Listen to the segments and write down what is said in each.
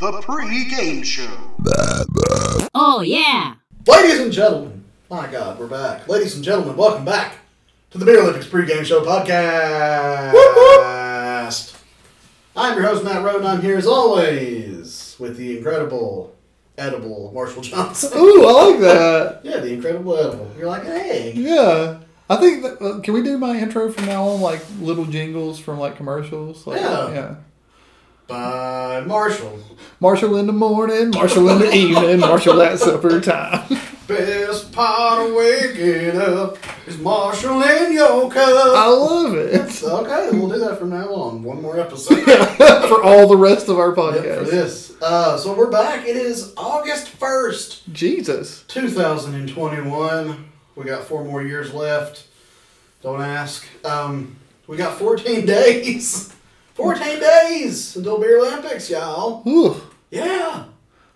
pre-game show. Oh, yeah. Ladies and gentlemen, my God, we're back. Ladies and gentlemen, welcome back to the Beer Olympics pregame show podcast. I'm your host Matt Roden. I'm here as always with the incredible edible Marshall Johnson. Ooh, I like that. yeah, the incredible edible. You're like, hey, Yeah. I think that, uh, can we do my intro from now on like little jingles from like commercials? Like, Yeah. by Marshall, Marshall in the morning, Marshall in the evening, Marshall at supper time. best part of waking up is Marshall in your cup. I love it Okay, we'll do that from now on. One more episode. for all the rest of our Yep, for podcast. this. Uh, so we're back. It is August 1st, Jesus, 2021. We got four more years left. Don't ask. Um, we got 14 days. 14 days until Beer Olympics, y'all. Ooh, Yeah.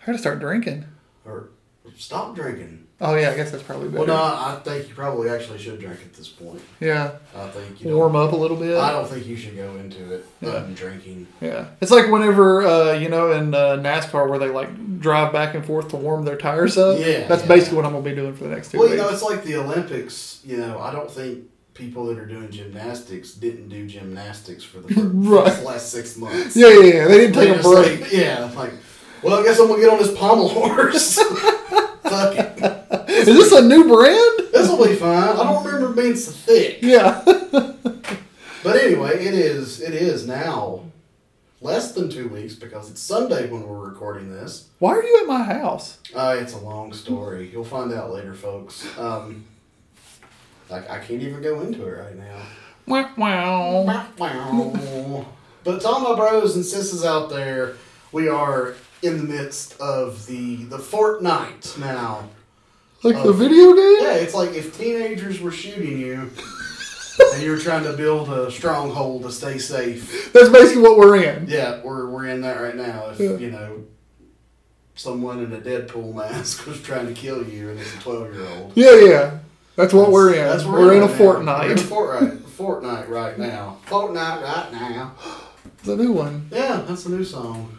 I gotta start drinking. Or stop drinking. Oh yeah, I guess that's probably better. Well, no, I think you probably actually should drink at this point. yeah, I think you don't- warm up a little bit. I don't think you should go into it um, drinking. Yeah, it's like whenever uh, you know in uh, NASCAR where they like drive back and forth to warm their tires up. Yeah, that's yeah. basically what I'm gonna be doing for the next two Well, you weeks. know, it's like the Olympics. You know, I don't think people that are doing gymnastics didn't do gymnastics for the first, Right. last six months. yeah, yeah, yeah, they didn't They take a just break. like- yeah, like, well, I guess I'm gonna get on this pommel horse. Fuck it. Is this a new brand? This will be fine. I don't remember it being so thick. Yeah. But anyway, it is. It is now less than two weeks because it's Sunday when we're recording this. Why are you at my house? Uh, it's a long story. You'll find out later, folks. Um, like I can't even go into it right now. Wow, wow. but to all my bros and sisses out there, we are in the midst of the the Fortnite now. Like the video game? Oh. Yeah, it's like if teenagers were shooting you and you were trying to build a stronghold to stay safe. That's basically what we're in. Yeah, we're we're in that right now. If Yeah. you know someone in a Deadpool mask was trying to kill you and it's a twelve year old. Yeah, yeah. That's what we're in. That's where we're in a right now. We're in Fortnite. Fortnite. Fortnite right now. Fortnite right now. It's a new one. Yeah, that's a new song.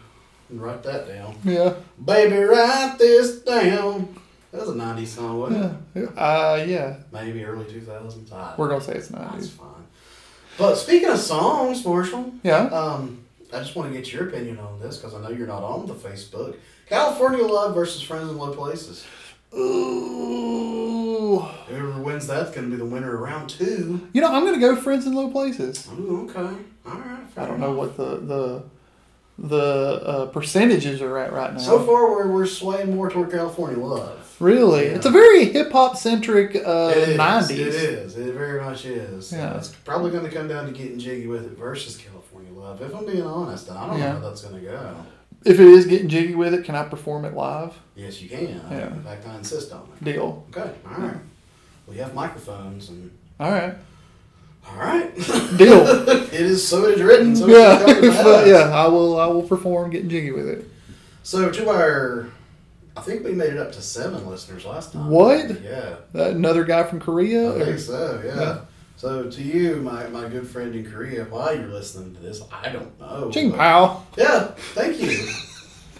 Write that down. Yeah. Baby, write this down. That was a 90s song, wasn't Yeah. it? Uh, yeah. Maybe early 2000s. I- We're going to say it's That's 90s. fine. But speaking of songs, Marshall, Yeah. um, I just want to get your opinion on this because I know you're not on the Facebook. California Love versus Friends in Low Places. Ooh. Whoever wins that's going to be the winner of round two. You know, I'm going to go Friends in Low Places. Ooh, okay. All right. fair I don't enough. know what the the the uh, percentages are at right now. So far, we're, we're swaying more toward California Love. Really? Yeah. It's a very hip hop centric uh, It is. 90s. It is. It very much is. Yeah. It's probably going to come down to getting jiggy with it versus California Love. If I'm being honest, and I don't know Yeah. how that's going to go. If it is getting jiggy with it, can I perform it live? Yes, you can. Yeah. In fact, I insist on it. Deal. Okay. All right. We have microphones and. All right. All right. Deal. it is so it is written. So yeah, It's coming But back. yeah. I will. I will perform getting jiggy with it. So to our, I think we made it up to seven listeners last time. What? Yeah. That Uh, another guy from Korea. I think Or, so, yeah. Yeah. So to you, my, my good friend in Korea, why you're listening to this, I don't know. Ching but- Pao. Yeah, thank you.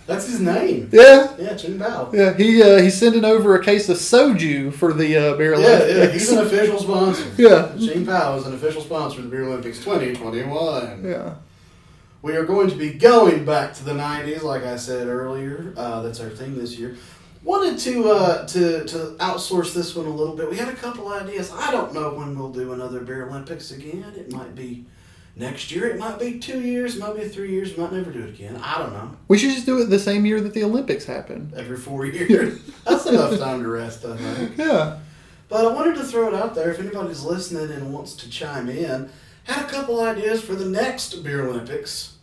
That's his name. Yeah. Yeah, Ching Bao. Yeah. He uh, he's sending over a case of soju for the uh, beer. Yeah, Olympics. yeah, he's an official sponsor. Yeah. Ching Pao is an official sponsor of the Beer Olympics 2021. Yeah. We are going to be going back to the 90s, like I said earlier. Uh, that's our thing this year. Wanted to, uh, to to outsource this one a little bit. We had a couple ideas. I don't know when we'll do another Beer Olympics again. It might be next year. It might be two years. It might be three years. We might never do it again. I don't know. We should just do it the same year that the Olympics happened. Every four years. That's enough time to rest, I think. Yeah. But I wanted to throw it out there if anybody's listening and wants to chime in. Had a couple ideas for the next Beer Olympics,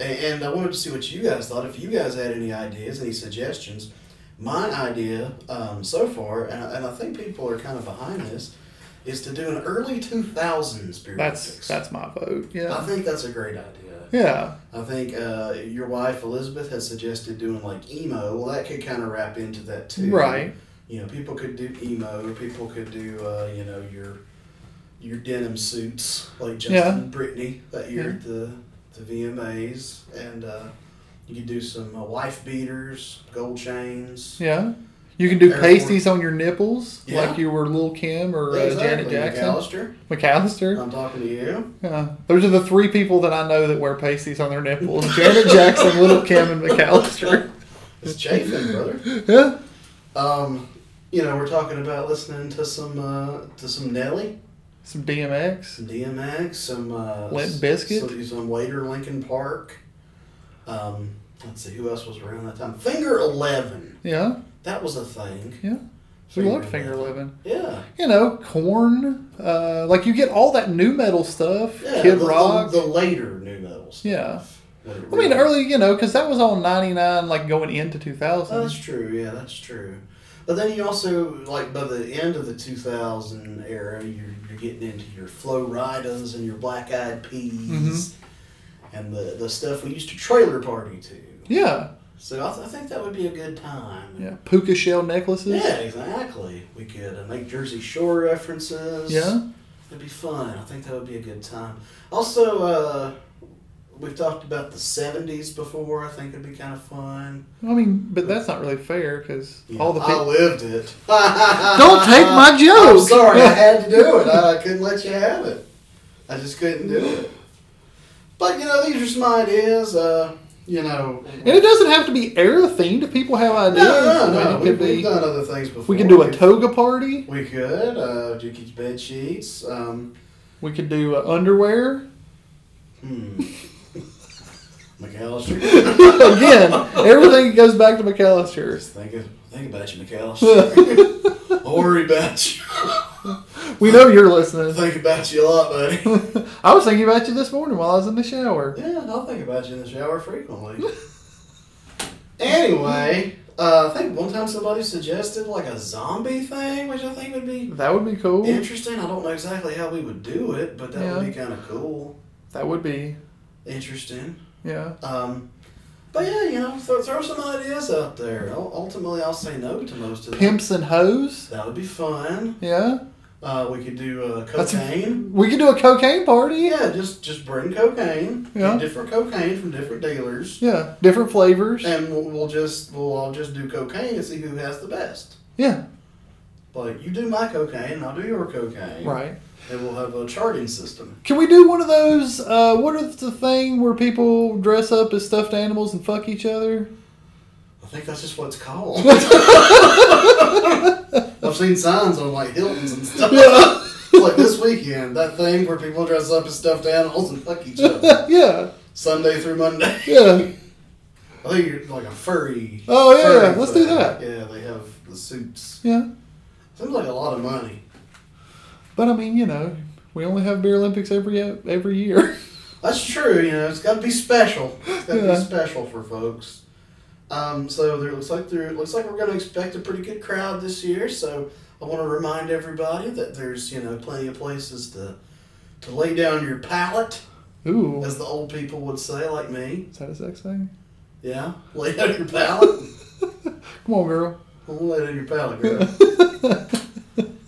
A- and I wanted to see what you guys thought. If you guys had any ideas, any suggestions. My idea um, so far, and I, and I think people are kind of behind this, is to do an early 2000s Beer That's Olympics. that's my vote. I Yeah. think that's a great idea. Yeah. I think uh, your wife Elizabeth has suggested doing like emo. Well, that could kind of wrap into that too, Right. You know, people could do emo. People could do uh, you know your your denim suits like Justin Yeah. Brittany that year Yeah. at the the VMAs, and uh, You could do some uh, wife beaters, gold chains. Yeah. You can do Airborne. pasties on your nipples, Yeah. like you were Lil Kim or uh, Janet Jackson, McAllister, McAllister. I'm talking to you. Yeah. Those are the three people that I know that wear pasties on their nipples: Janet Jackson, Little Kim, and McAllister. It's chafing, brother. Yeah. Um, you know, we're talking about listening to some uh, to some Nelly, Some DMX. some DMX, some uh, Limp s- Bizkit? some, some later Lincoln Park. Um, let's see who else was around that time. Finger Eleven, Yeah. that was a thing. Yeah. We love finger eleven. Yeah, You know, corn. Uh, like you get all that new metal stuff. yeah. Kid the, the- Rock. the, later new metals. yeah. What it I mean, really- early, you know, because that was all 99, like going into 2000. Oh, that's true. Yeah, that's true. But then you also like by the end of the 2000 era, you're, you're getting into your Flow Riders and your Black Eyed Peas, Mhm. and the the stuff we used to trailer party to. yeah. So I, th- I think that would be a good time. Yeah. Puka shell necklaces. Yeah, exactly. We could uh, make Jersey Shore references. Yeah. it'd be fun. I think that would be a good time. Also, uh, we've talked about the '70s before. I think it'd be kind of fun. I mean, but that's not really fair because Yeah, all the I people. lived it. Don't Don't take my I'm joke. sorry, I had to do it. I couldn't let you have it. I just couldn't do it. But you know, these are some ideas. Uh, you know, And it doesn't have to be air themed. If people have no, ideas, no, I mean, no. it We, could we've be. done other things before. We could do a We- toga party. We could uh, do kids' bed sheets. Um, We could do uh, underwear. hmm. McAllister. Again, everything goes back to McAllister's. Just think, of, think about you, McAllister. Don't worry about you. We know you're listening. think about you a lot, buddy. I was thinking about you this morning while I was in the shower. Yeah, I'll think about you in the shower frequently. anyway, uh, I think one time somebody suggested like a zombie thing, which I think would be That would be cool. interesting. I don't know exactly how we would do it, but that would Yeah. be kind of cool. That would be, Interesting. yeah. Um, but yeah, you know, throw, throw some ideas out there. Ul- Ultimately, I'll say no to most of them. Pimps and hoes. That would be fun. Yeah. Uh, we could do uh, That's- cocaine. We could do a cocaine party. Yeah, just just bring cocaine. Get Yeah. Different cocaine from different dealers. Yeah. Different flavors. and we'll, we'll just we'll all just do cocaine and see who has the best. Yeah. Like you do my cocaine, and I'll do your cocaine. Right. And we'll have a charting system. Can we do one of those? Uh, what is the thing where people dress up as stuffed animals and fuck each other? I think that's just what it's called. I've seen signs on like Hilton's and stuff. It's like this weekend, that thing where people dress up as stuffed animals and fuck each other yeah, Sunday through Monday. yeah. I think you're like a furry. Oh, yeah, furry let's do thing. that. Yeah, they have the suits. Yeah, Seems like a lot of money. but I mean, you know, we only have beer Olympics every every year. That's true. You know, it's got to be special. It's got to Yeah. be special for folks. Um, so there looks like there looks like we're going to expect a pretty good crowd this year. So I want to remind everybody that there's you know plenty of places to to lay down your palate, Ooh, as the old people would say, like me. is that a sex thing? Yeah, lay down your palate. Come on, girl. Well, lay down your palate, girl.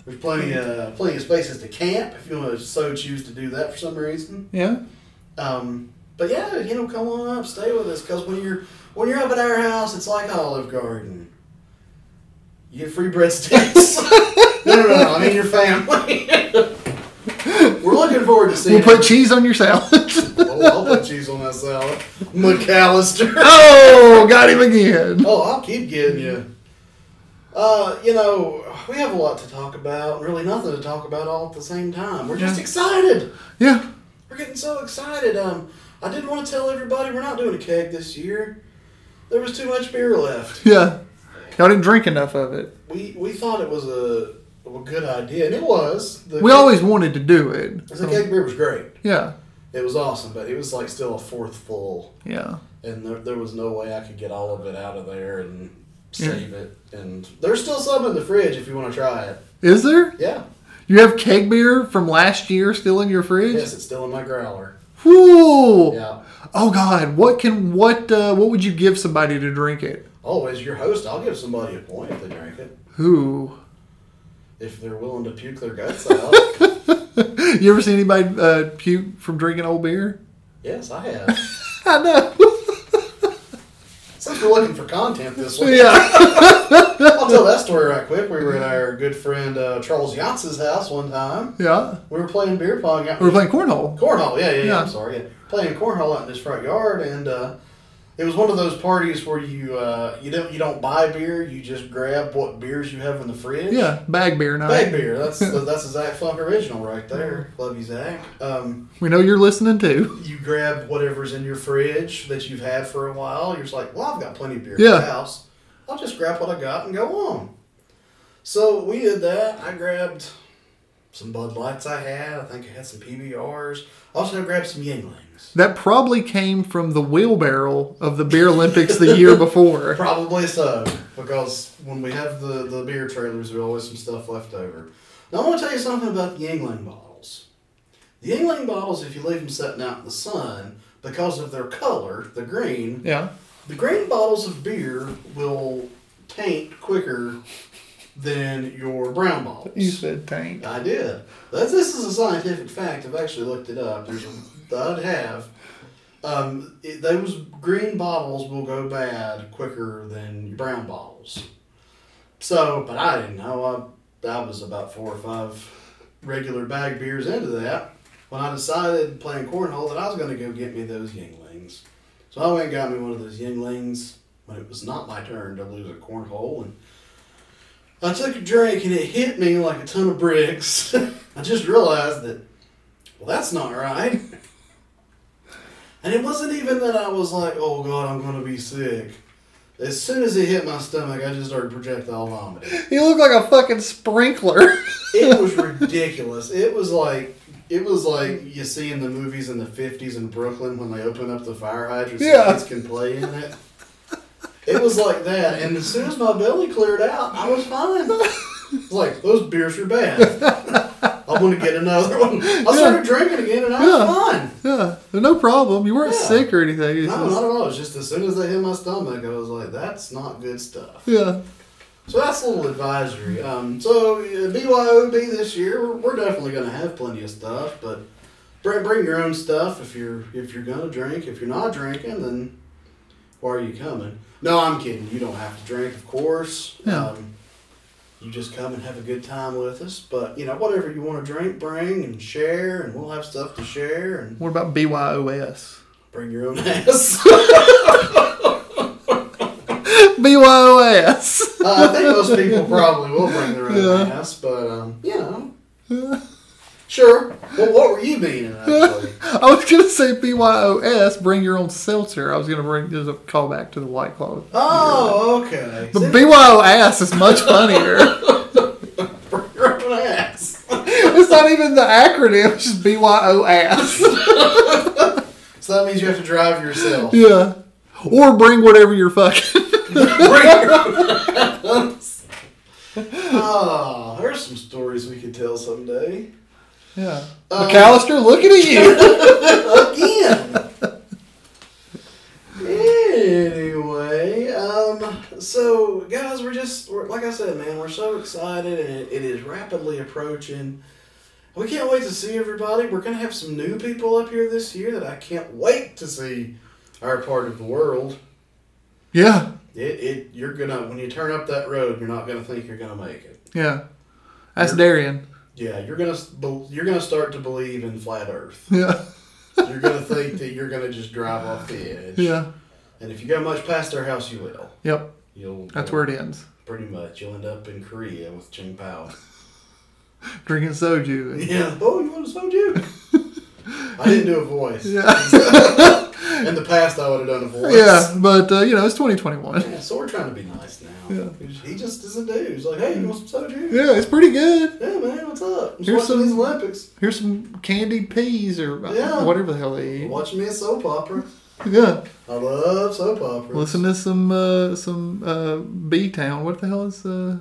There's plenty uh, plenty of spaces to camp if you want to so choose to do that for some reason. Yeah, Um, but yeah, you know, come on up, stay with us, because when you're when you're up at our house, it's like Olive Garden. You get free breadsticks. no, no, no, no, I mean your family. We're looking forward to seeing. we'll put cheese on your salad. oh, I'll put cheese on that salad, McAllister. oh, got him again. Oh, I'll keep getting you. Uh, you know, we have a lot to talk about. Really, nothing to talk about all at the same time. We're just Yeah. excited. Yeah, We're getting so excited. Um, I did want to tell everybody we're not doing a keg this year. There was too much beer left. yeah. Y'all didn't drink enough of it. We we thought it was a, a good idea, and it was. The We always wanted to do it. the So, keg beer was great. yeah, It was awesome, but it was like still a fourth full, yeah. and there, there was no way I could get all of it out of there and save it. And there's still some in the fridge if you want to try it. Is there? Yeah. You have keg beer from last year still in your fridge? Yes, it's still in my growler. Whoa! Yeah. Oh God, what can what uh, what would you give somebody to drink it? Always your host. I'll give somebody a point if they drink it. Who? If they're willing to puke their guts out. You ever see anybody uh, puke from drinking old beer? yes, I have. I know. if you're looking for content this week. Yeah. I'll tell that story right quick. We were at our good friend uh, Charles Yancey's house one time. Yeah. We were playing beer pong out We were playing cornhole. cornhole. Yeah, yeah, yeah. Yeah. I'm sorry. Yeah. Playing cornhole out in his front yard, and uh, it was one of those parties where you uh, you don't you don't buy beer. You just grab what beers you have in the fridge. Yeah. Bag beer night. Bag beer. That's that's a Zach Funk original right there. Love you, Zach. Um, We know you're listening too. you grab whatever's in your fridge that you've had for a while. You're just like, well, I've got plenty of beer Yeah. in the house. I'll just grab what I got and go on. So we did that. I grabbed some Bud Lights I had. I think I had some PBRs. Also, I grabbed some Yinglings. That probably came from the wheelbarrow of the Beer Olympics the year before. Probably so, because when we have the, the beer trailers, there's always some stuff left over. Now, I want to tell you something about the Yingling bottles. The Yingling bottles, if you leave them sitting out in the sun, because of their color, the green, Yeah. The green bottles of beer will taint quicker than your brown You bottles. said tank. I did. That's, this is a scientific fact. I've actually looked it up. There's a, I'd have. Um, it, those green bottles will go bad quicker than your brown bottles. So, but I didn't know. I, I was about four or five regular bag beers into that when I decided playing cornhole that I was going to go get me those Yinglings. So I went and got me one of those Yinglings when it was not my turn to lose a cornhole. And I took a drink and it hit me like a ton of bricks. I just realized that, well, that's not right. And it wasn't even that I was like, oh God, I'm going to be sick. As soon as it hit my stomach, I just started projectile vomiting. You look like a fucking sprinkler. It was ridiculous. It was like it was like you see in the movies in the fifties in Brooklyn when they open up the fire hydrant so Yeah. kids can play in it. It was like that, and as soon as my belly cleared out, I was fine. It's like those beers are bad. I'm gonna get another one. I started drinking again, and I was Yeah. fine. yeah. No problem. You weren't Yeah. sick or anything. It's No, just- not at all. It's just as soon as they hit my stomach, I was like, "That's not good stuff." yeah. So that's a little advisory. Um, so uh, BYOB this year, we're, we're definitely going to have plenty of stuff, but bring, bring your own stuff if you're if you're going to drink. If you're not drinking, then why are you coming? No, I'm kidding. You don't have to drink, of course. Yeah. Um, you just come and have a good time with us. But you know, whatever you want to drink, bring and share, and we'll have stuff to share. And What about BYOS? bring your own ass. BYOS. Uh, I think most people probably will bring their own ass, but um, you know, sure. Well, what were you meaning actually? I was gonna say BYOS. Bring your own seltzer. I was gonna bring. There's a callback to the White Claw. Oh, okay. But See, BYOS is much funnier. bring your own ass. it's not even the acronym. It's just BYOS. So that means you have to drive yourself. yeah. Or bring whatever you're fucking. Bring your own ass. Oh, there's some stories we could tell someday. yeah. McAllister, looking at you. again. anyway, um, so guys, we're just we're, like I said, man, we're so excited, and it, it is rapidly approaching. We can't wait to see everybody. We're gonna have some new people up here this year that I can't wait to see. Our part of the world, yeah. it, it you're gonna when you turn up that road, you're not gonna think you're gonna make it. Yeah. That's Darian. Yeah, you're gonna s- bel- you're gonna start to believe in flat Earth. Yeah. You're gonna think that you're gonna just drive off the edge. Yeah. And if you go much past their house, you will. Yep. You'll That's where it ends. pretty much you'll end up in Korea with Ching Pao. Drinking soju. Yeah. Oh, you want a soju? I didn't do a voice. Yeah. In the past, I would have done a voice. Yeah. But uh, you know, it's 2021. Yeah, so we're trying to be nice now. Yeah. He just is a dude. He's like, hey, you want some soju? Yeah, it's pretty good. Yeah, man, what's up? I'm just Here's watching some- these Olympics. Here's some candied peas or uh, Yeah. whatever the hell they eat. Watching me a soap opera. Yeah, I love soap operas. listen to some uh, some uh, B Town. What the hell is uh,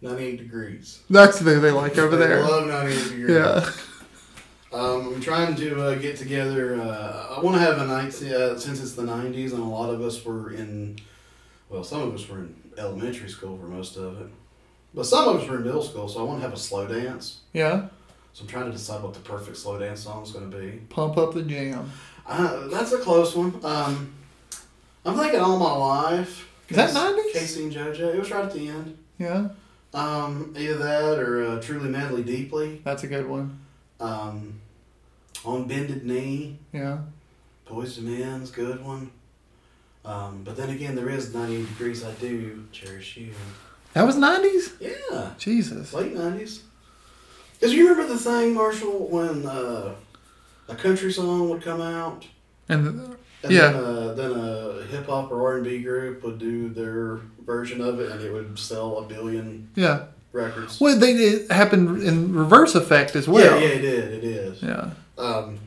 98 degrees. that's the thing they like over They there? love 98 degrees. Yeah, Um, I'm trying to uh, get together. Uh, I want to have a night uh, since it's the '90s, and a lot of us were in. Well, some of us were in elementary school for most of it, but some of us were in middle school. So I want to have a slow dance. yeah. So I'm trying to decide what the perfect slow dance song is going to be. Pump up the jam. Uh, that's a close one. Um, I'm thinking all my life. Is that Case- 90s? Casey and JoJo. It was right at the end. Yeah, Um, either that or uh, Truly Madly Deeply. that's a good one. Um, on Bended Knee. Yeah. Boys to Men's good one. Um, but then again, there is 90 Degrees I Do Cherish You. That was 90s? Yeah, Jesus. late 90s. Because you remember the thing, Marshall, when uh, a country song would come out? And And Yeah. then a, then a hip hop or R and B group would do their version of it, and it would sell a billion yeah. records. Well, they, it happened in reverse effect as well. yeah, yeah, it did. It is. Yeah. Um,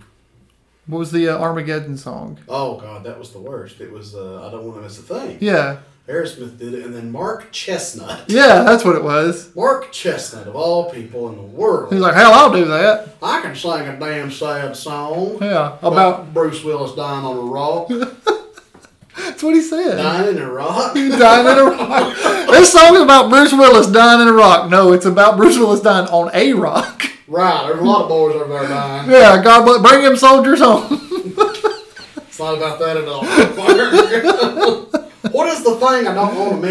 What was the uh, Armageddon song? oh God, that was the worst. It was. Uh, I don't want to miss a thing. Yeah. Aerosmith did it, and then Mark Chestnut. Yeah, that's what it was. Mark Chestnut of all people in the world. He's like, hell, I'll do that. I can sing a damn sad song Yeah. About, Bruce Willis dying on a rock, that's what he said. dying in a rock. dying in a rock. This song is about Bruce Willis dying in a rock. No, it's about Bruce Willis dying on a rock. Right, there's a lot of boys over there dying. Yeah, God bless. Bring him soldiers home. It's not about that at all. what is the thing I don't want to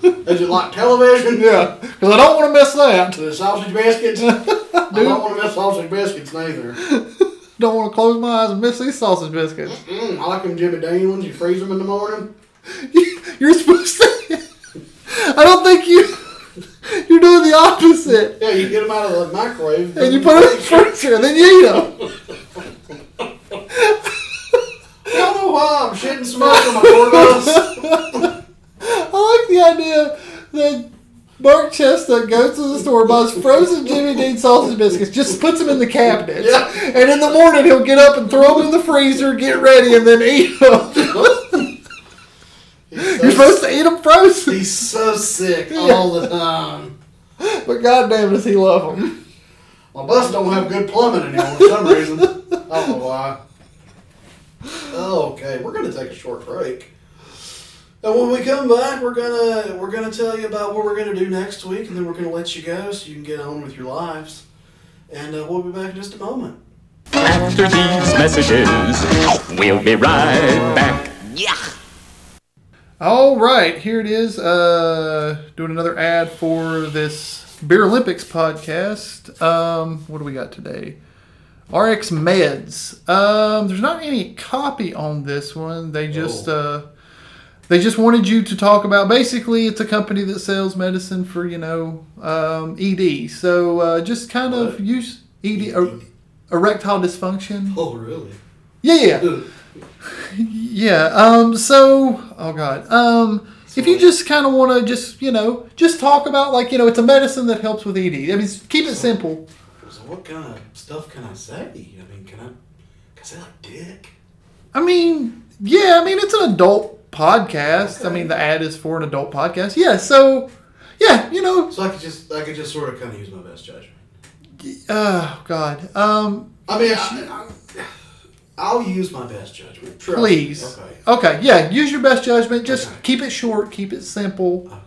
miss? Is it like television? yeah. Because I don't want to miss that. The sausage biscuits? I don't want to miss sausage biscuits neither. Don't want to close my eyes and miss these sausage biscuits. Mm, I like them Jimmy Dean ones. You freeze them in the morning. You're supposed to. I don't think you. You're doing the opposite. Yeah, you get them out of the microwave. And you put them in the freezer and then you eat them. I don't know why I'm shitting so much on my poor bus. I like the idea that Mark Chestnut goes to the store, buys frozen Jimmy Dean sausage biscuits, just puts them in the cabinet. Yeah. And in the morning, he'll get up and throw them in the freezer, get ready, and then eat them. You're He's so, supposed to eat them frozen. he's so sick all the time. But goddamn, does he love them. My bus don't have good plumbing anymore for some reason. I don't know why. Okay, we're gonna take a short break. And when we come back, we're gonna we're gonna tell you about what we're gonna do next week, and then we're gonna let you go so you can get on with your lives. And uh, we'll be back in just a moment. After these messages, we'll be right back. All right, here it is. Uh, doing another ad for this Beer Olympics podcast. Um, what do we got today? RX Meds. Um, there's not any copy on this one. They just uh, they just wanted you to talk about. Basically, it's a company that sells medicine for you know um, ED. So uh, just kind of What? use ED, er- erectile dysfunction. Oh, really? Yeah, yeah. Yeah. Um. So, oh god. Um. If you just kind of want to just you know just talk about like you know it's a medicine that helps with ED. I mean, s- keep it simple. So what kind of stuff can I say? I mean, can I can I say like dick? I mean, yeah. I mean, it's an adult podcast. I mean, the ad is for an adult podcast. Yeah. So, yeah. You know. So I could just I could just sort of kind of use my best judgment. Oh god. Um. I mean, I, I, will use my best judgment. Trust me. Please. Okay. Okay. Yeah. Use your best judgment. Just Okay. keep it short. Keep it simple. Okay.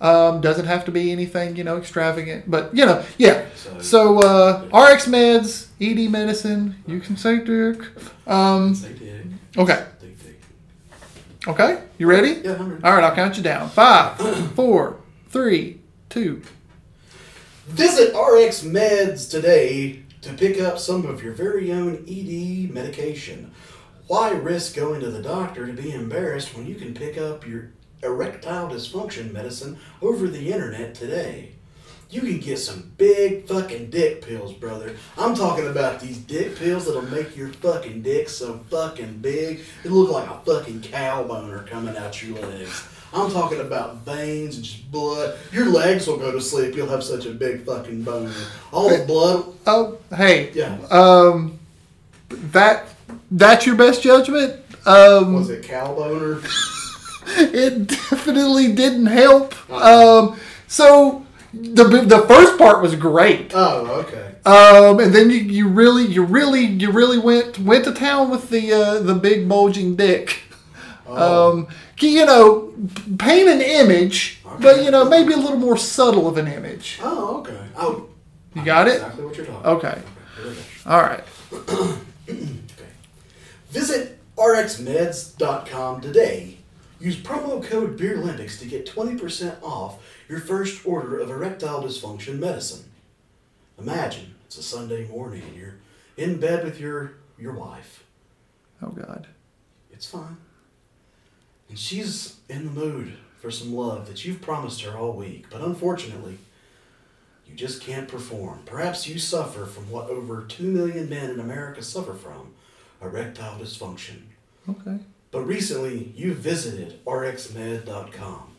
Um, doesn't have to be anything, you know, extravagant, but you know, yeah. So- So uh, RX meds, ED medicine, you can say dick. Um, Say dick. okay, Dick, dick. okay, you ready? Yeah, I'm ready. All right, I'll count you down. Five, four, three, two. Visit RX Meds today to pick up some of your very own ED medication. Why risk going to the doctor to be embarrassed when you can pick up your erectile dysfunction medicine over the internet today? You can get some big fucking dick pills, brother. I'm talking about these dick pills that'll make your fucking dick so fucking big it look like a fucking cow boner coming out your legs. I'm talking about veins and just blood. Your legs will go to sleep. You'll have such a big fucking boner. All the blood. Oh, hey, Yeah. um, that that's your best judgment. Um, Was it cow boner? it definitely didn't help. Uh-huh. Um, so the the first part was great. Oh, okay. Um, and then you, you really you really you really went went to town with the uh, the big bulging dick. Um, you know, paint an image, but you know maybe a little more subtle of an image. Oh, okay. Oh, You got it? Exactly what you're talking. Okay. about. Here we go. All right. Visit rxmeds.com today. Use promo code BeerLympics to get 20% off your first order of erectile dysfunction medicine. Imagine it's a Sunday morning and you're in bed with your, your wife. Oh God. It's fine. And she's in the mood for some love that you've promised her all week, but unfortunately, you just can't perform. Perhaps you suffer from what over 2 million men in America suffer from erectile dysfunction. Okay. But recently, you visited rxmed.com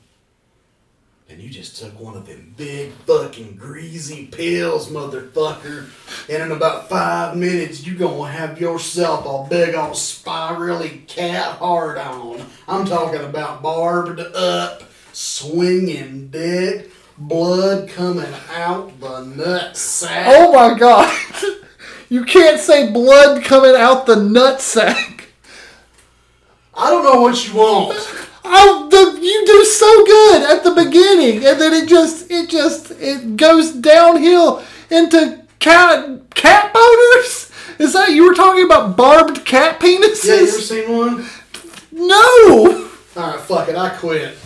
and you just took one of them big fucking greasy pills, motherfucker. And in about five minutes, you gonna have yourself a big old spirally cat hard on. I'm talking about barbed up, swinging dick, blood coming out the nut sack. Oh my God. you can't say blood coming out the nutsack. I don't know what you want. Oh, the, you do so good at the beginning, and then it just, it just, it goes downhill into cat cat boners. Is that you were talking about barbed cat Yeah, you ever penises? seen one? no. All right, fuck it, I quit.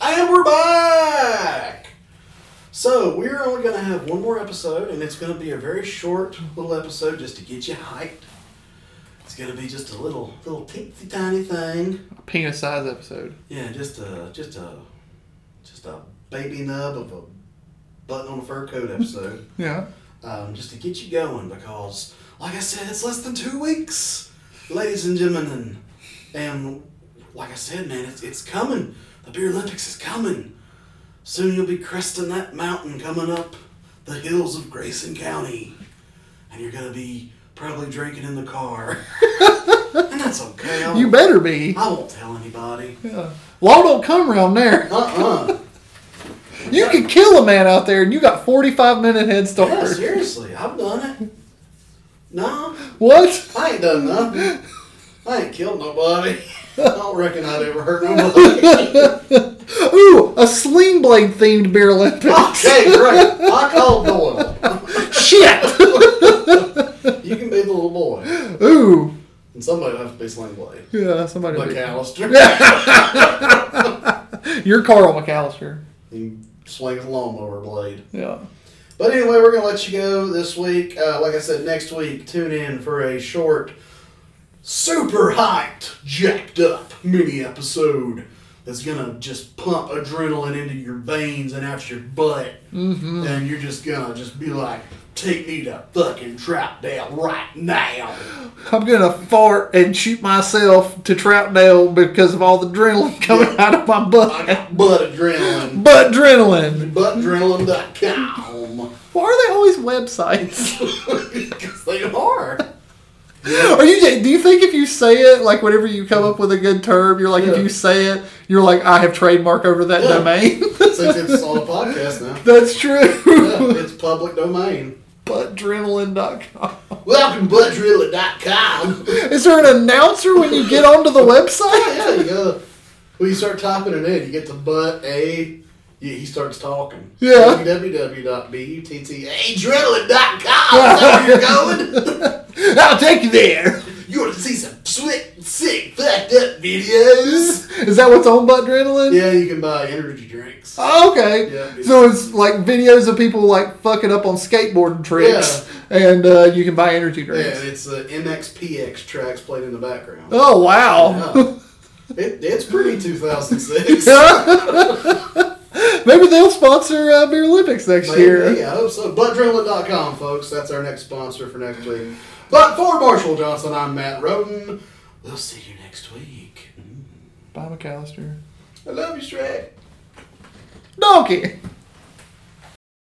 And we're back. So we're only gonna have one more episode, and it's gonna be a very short little episode just to get you hyped. It's gonna be just a little, little teensy tiny thing. Penis size episode. Yeah, just a, just a, just a baby nub of a button on a fur coat episode Yeah. um, just to get you going because, like I said, it's less than two weeks, ladies and gentlemen. And like I said, man, it's, it's coming. The Beer Olympics is coming. Soon you'll be cresting that mountain coming up the hills of Grayson County. And you're going to be probably drinking in the car. and that's okay. I won't, You better be. I won't tell anybody. Law don't come around there. Uh-uh. You can kill a man out there, and you got forty-five minute head start. Yeah, seriously, I've done it. No, What? I ain't done nothing. I ain't killed nobody. I don't reckon I'd ever hurt nobody. Ooh, a sling blade themed beer Olympics. okay, great. I call Doyle. Shit. You can be the little boy. Ooh. And somebody will have to be Sling Blade. Yeah, somebody. will be- McAllister. You're Carl McAllister. He swings a lawnmower blade. Yeah. But anyway, we're going to let you go this week. Uh, like I said, next week, tune in for a short, super hyped, jacked up mini episode that's going to just pump adrenaline into your veins and out your butt. Mm-hmm. And you're just going to just be like, take me to fucking Troutdale right now. I'm gonna fart and shoot myself to Troutdale because of all the adrenaline coming out of my I butt. got butt adrenaline. Butt adrenaline. Buttadrenaline.com. Why are they always websites? Because they are. Are you? Do you think if you say it, like whenever you come up with a good term, you're like, if Yeah. you say it, you're like, I have trademark over that Yeah. domain. Since it's on a podcast now. That's true. Yeah, it's public domain. Buttadrenaline.com. Welcome to buttdriller.com. Is there an announcer when you get onto the website? yeah, you go. When you start typing it in, you get to butt A. Yeah, he starts talking. Yeah. www.buttadrenaline.com. Is that where you're going? I'll take you there. You want to see some slick, sick, fucked up videos? Is that what's on Butt Adrenaline? Yeah, you can buy energy drinks. Oh, okay. Yeah. so it's like videos of people like fucking up on skateboarding tricks, and uh, you can buy energy Yeah, drinks. and it's uh, MXPX tracks played in the background. Oh wow! Yeah. It, it's pretty 2006. Maybe they'll sponsor uh, Beer Olympics next Maybe, year. Yeah, I hope so. ButtDrillin.com, folks. That's our next sponsor for next week. But for Marshall Johnson, I'm Matt Roden. We'll see you next week. Bye, McAllister. I love you, Shrek. Donkey.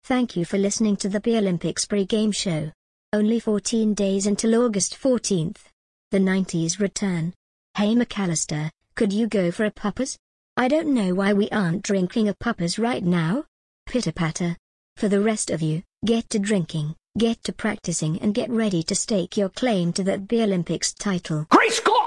Thank you for listening to the Olympics pre-game show. Only 14 days until August 14th. The 90s return. Hey McAllister, could you go for a puppers? I don't know why we aren't drinking a puppers right now. Pitter patter. For the rest of you, get to drinking, get to practicing and get ready to stake your claim to that Olympics title. Great Scott!